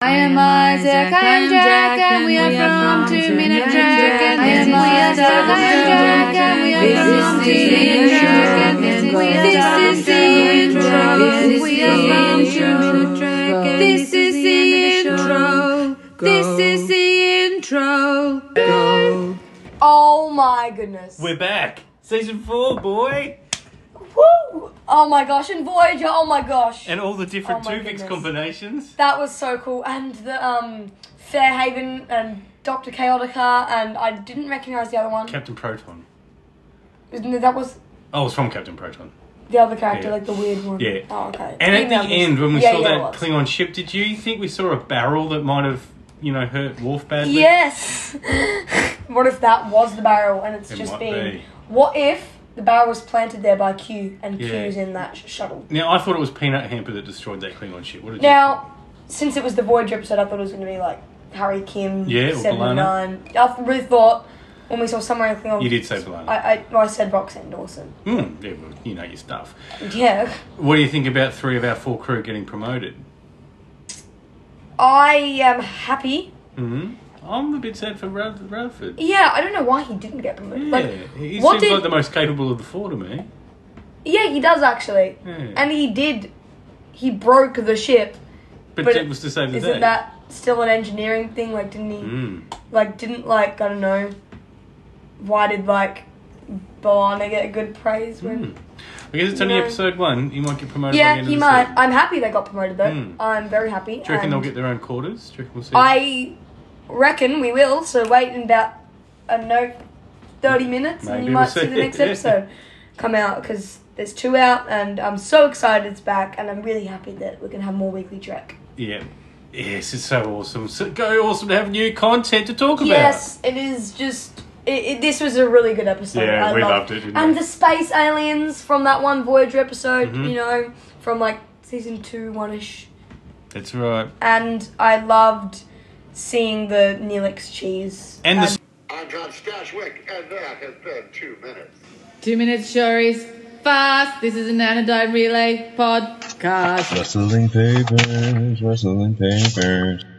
I am Isaac, I am Jack, and we are from Two Minute Jack, and this is Isaac, I am Jack, and we are from Two Minute Jack, and this is this is the intro, we are from Two Minute Jack, and this is the intro, this is the intro. Oh my goodness. We're back. Season four, boy. Woo! Oh my gosh, and Voyager, oh my gosh. And all the different Oh my Tuvix goodness. combinations. that was so cool. And the um Fairhaven and Dr. Chaotica and I didn't recognise the other one. Captain Proton. No, that was Oh, it's from Captain Proton. the other character, Yeah. like the weird one. Yeah. Oh okay. And at Email the me. end, when we Yeah, saw yeah, it was. that Klingon ship, did you think we saw a barrel that might have, you know, hurt Worf badly? Yes. what if that was the barrel and it's It just might been be. What if the barrel was planted there by Q and Yeah. Q's in that sh- shuttle? Now, I thought it was Peanut Hamper that destroyed that Klingon ship. What did Now, since it was the Voyager episode, I thought it was going to be like Harry Kim, Yeah, or B'Elanna. 79. I th- really thought when we saw Summer of Klingon. You did say B'Elanna. I, I, well, I said Roxanne Dawson. you think? Hmm, yeah, well, you know your stuff. Yeah. What do you think about three of our four crew getting promoted? I am happy. Hmm? I'm a bit sad for Ruther- Rutherford. Yeah, I don't know why he didn't get promoted. Yeah, Like, he what seems did- like the most capable of the four to me. yeah, he does actually. Yeah. And he did. He broke the ship. But, but it was to save the Isn't day. that still an engineering thing? Like, didn't he? Hmm. Like, didn't, like, I don't know. Why did, like, Balana get good praise when. Hmm. I guess it's only No. episode one. He might get promoted. by the Yeah, end he of the might. season. I'm happy they got promoted though. Hmm. I'm very happy. Do you reckon they'll and get their own quarters? Do you reckon we'll see? I reckon we will. So wait in about I don't know, thirty minutes, and Maybe you we'll might see see. the next Yeah. episode come out because there's two out, and I'm so excited it's back, and I'm really happy that we're gonna have more weekly Trek. yeah. Yes, it's so awesome. So go awesome to have new content to talk about. Yes, it is just. It, it, this was a really good episode. Yeah, I we loved, loved it, didn't and we? the space aliens from that one Voyager episode, Mhm. you know, from like season two, one ish. That's right. and I loved seeing the Neelix cheese. And the I'm John Stashwick, and that has been two minutes. Two Minute Show is fast. This is an anodyne relay podcast. Rustling papers, rustling papers.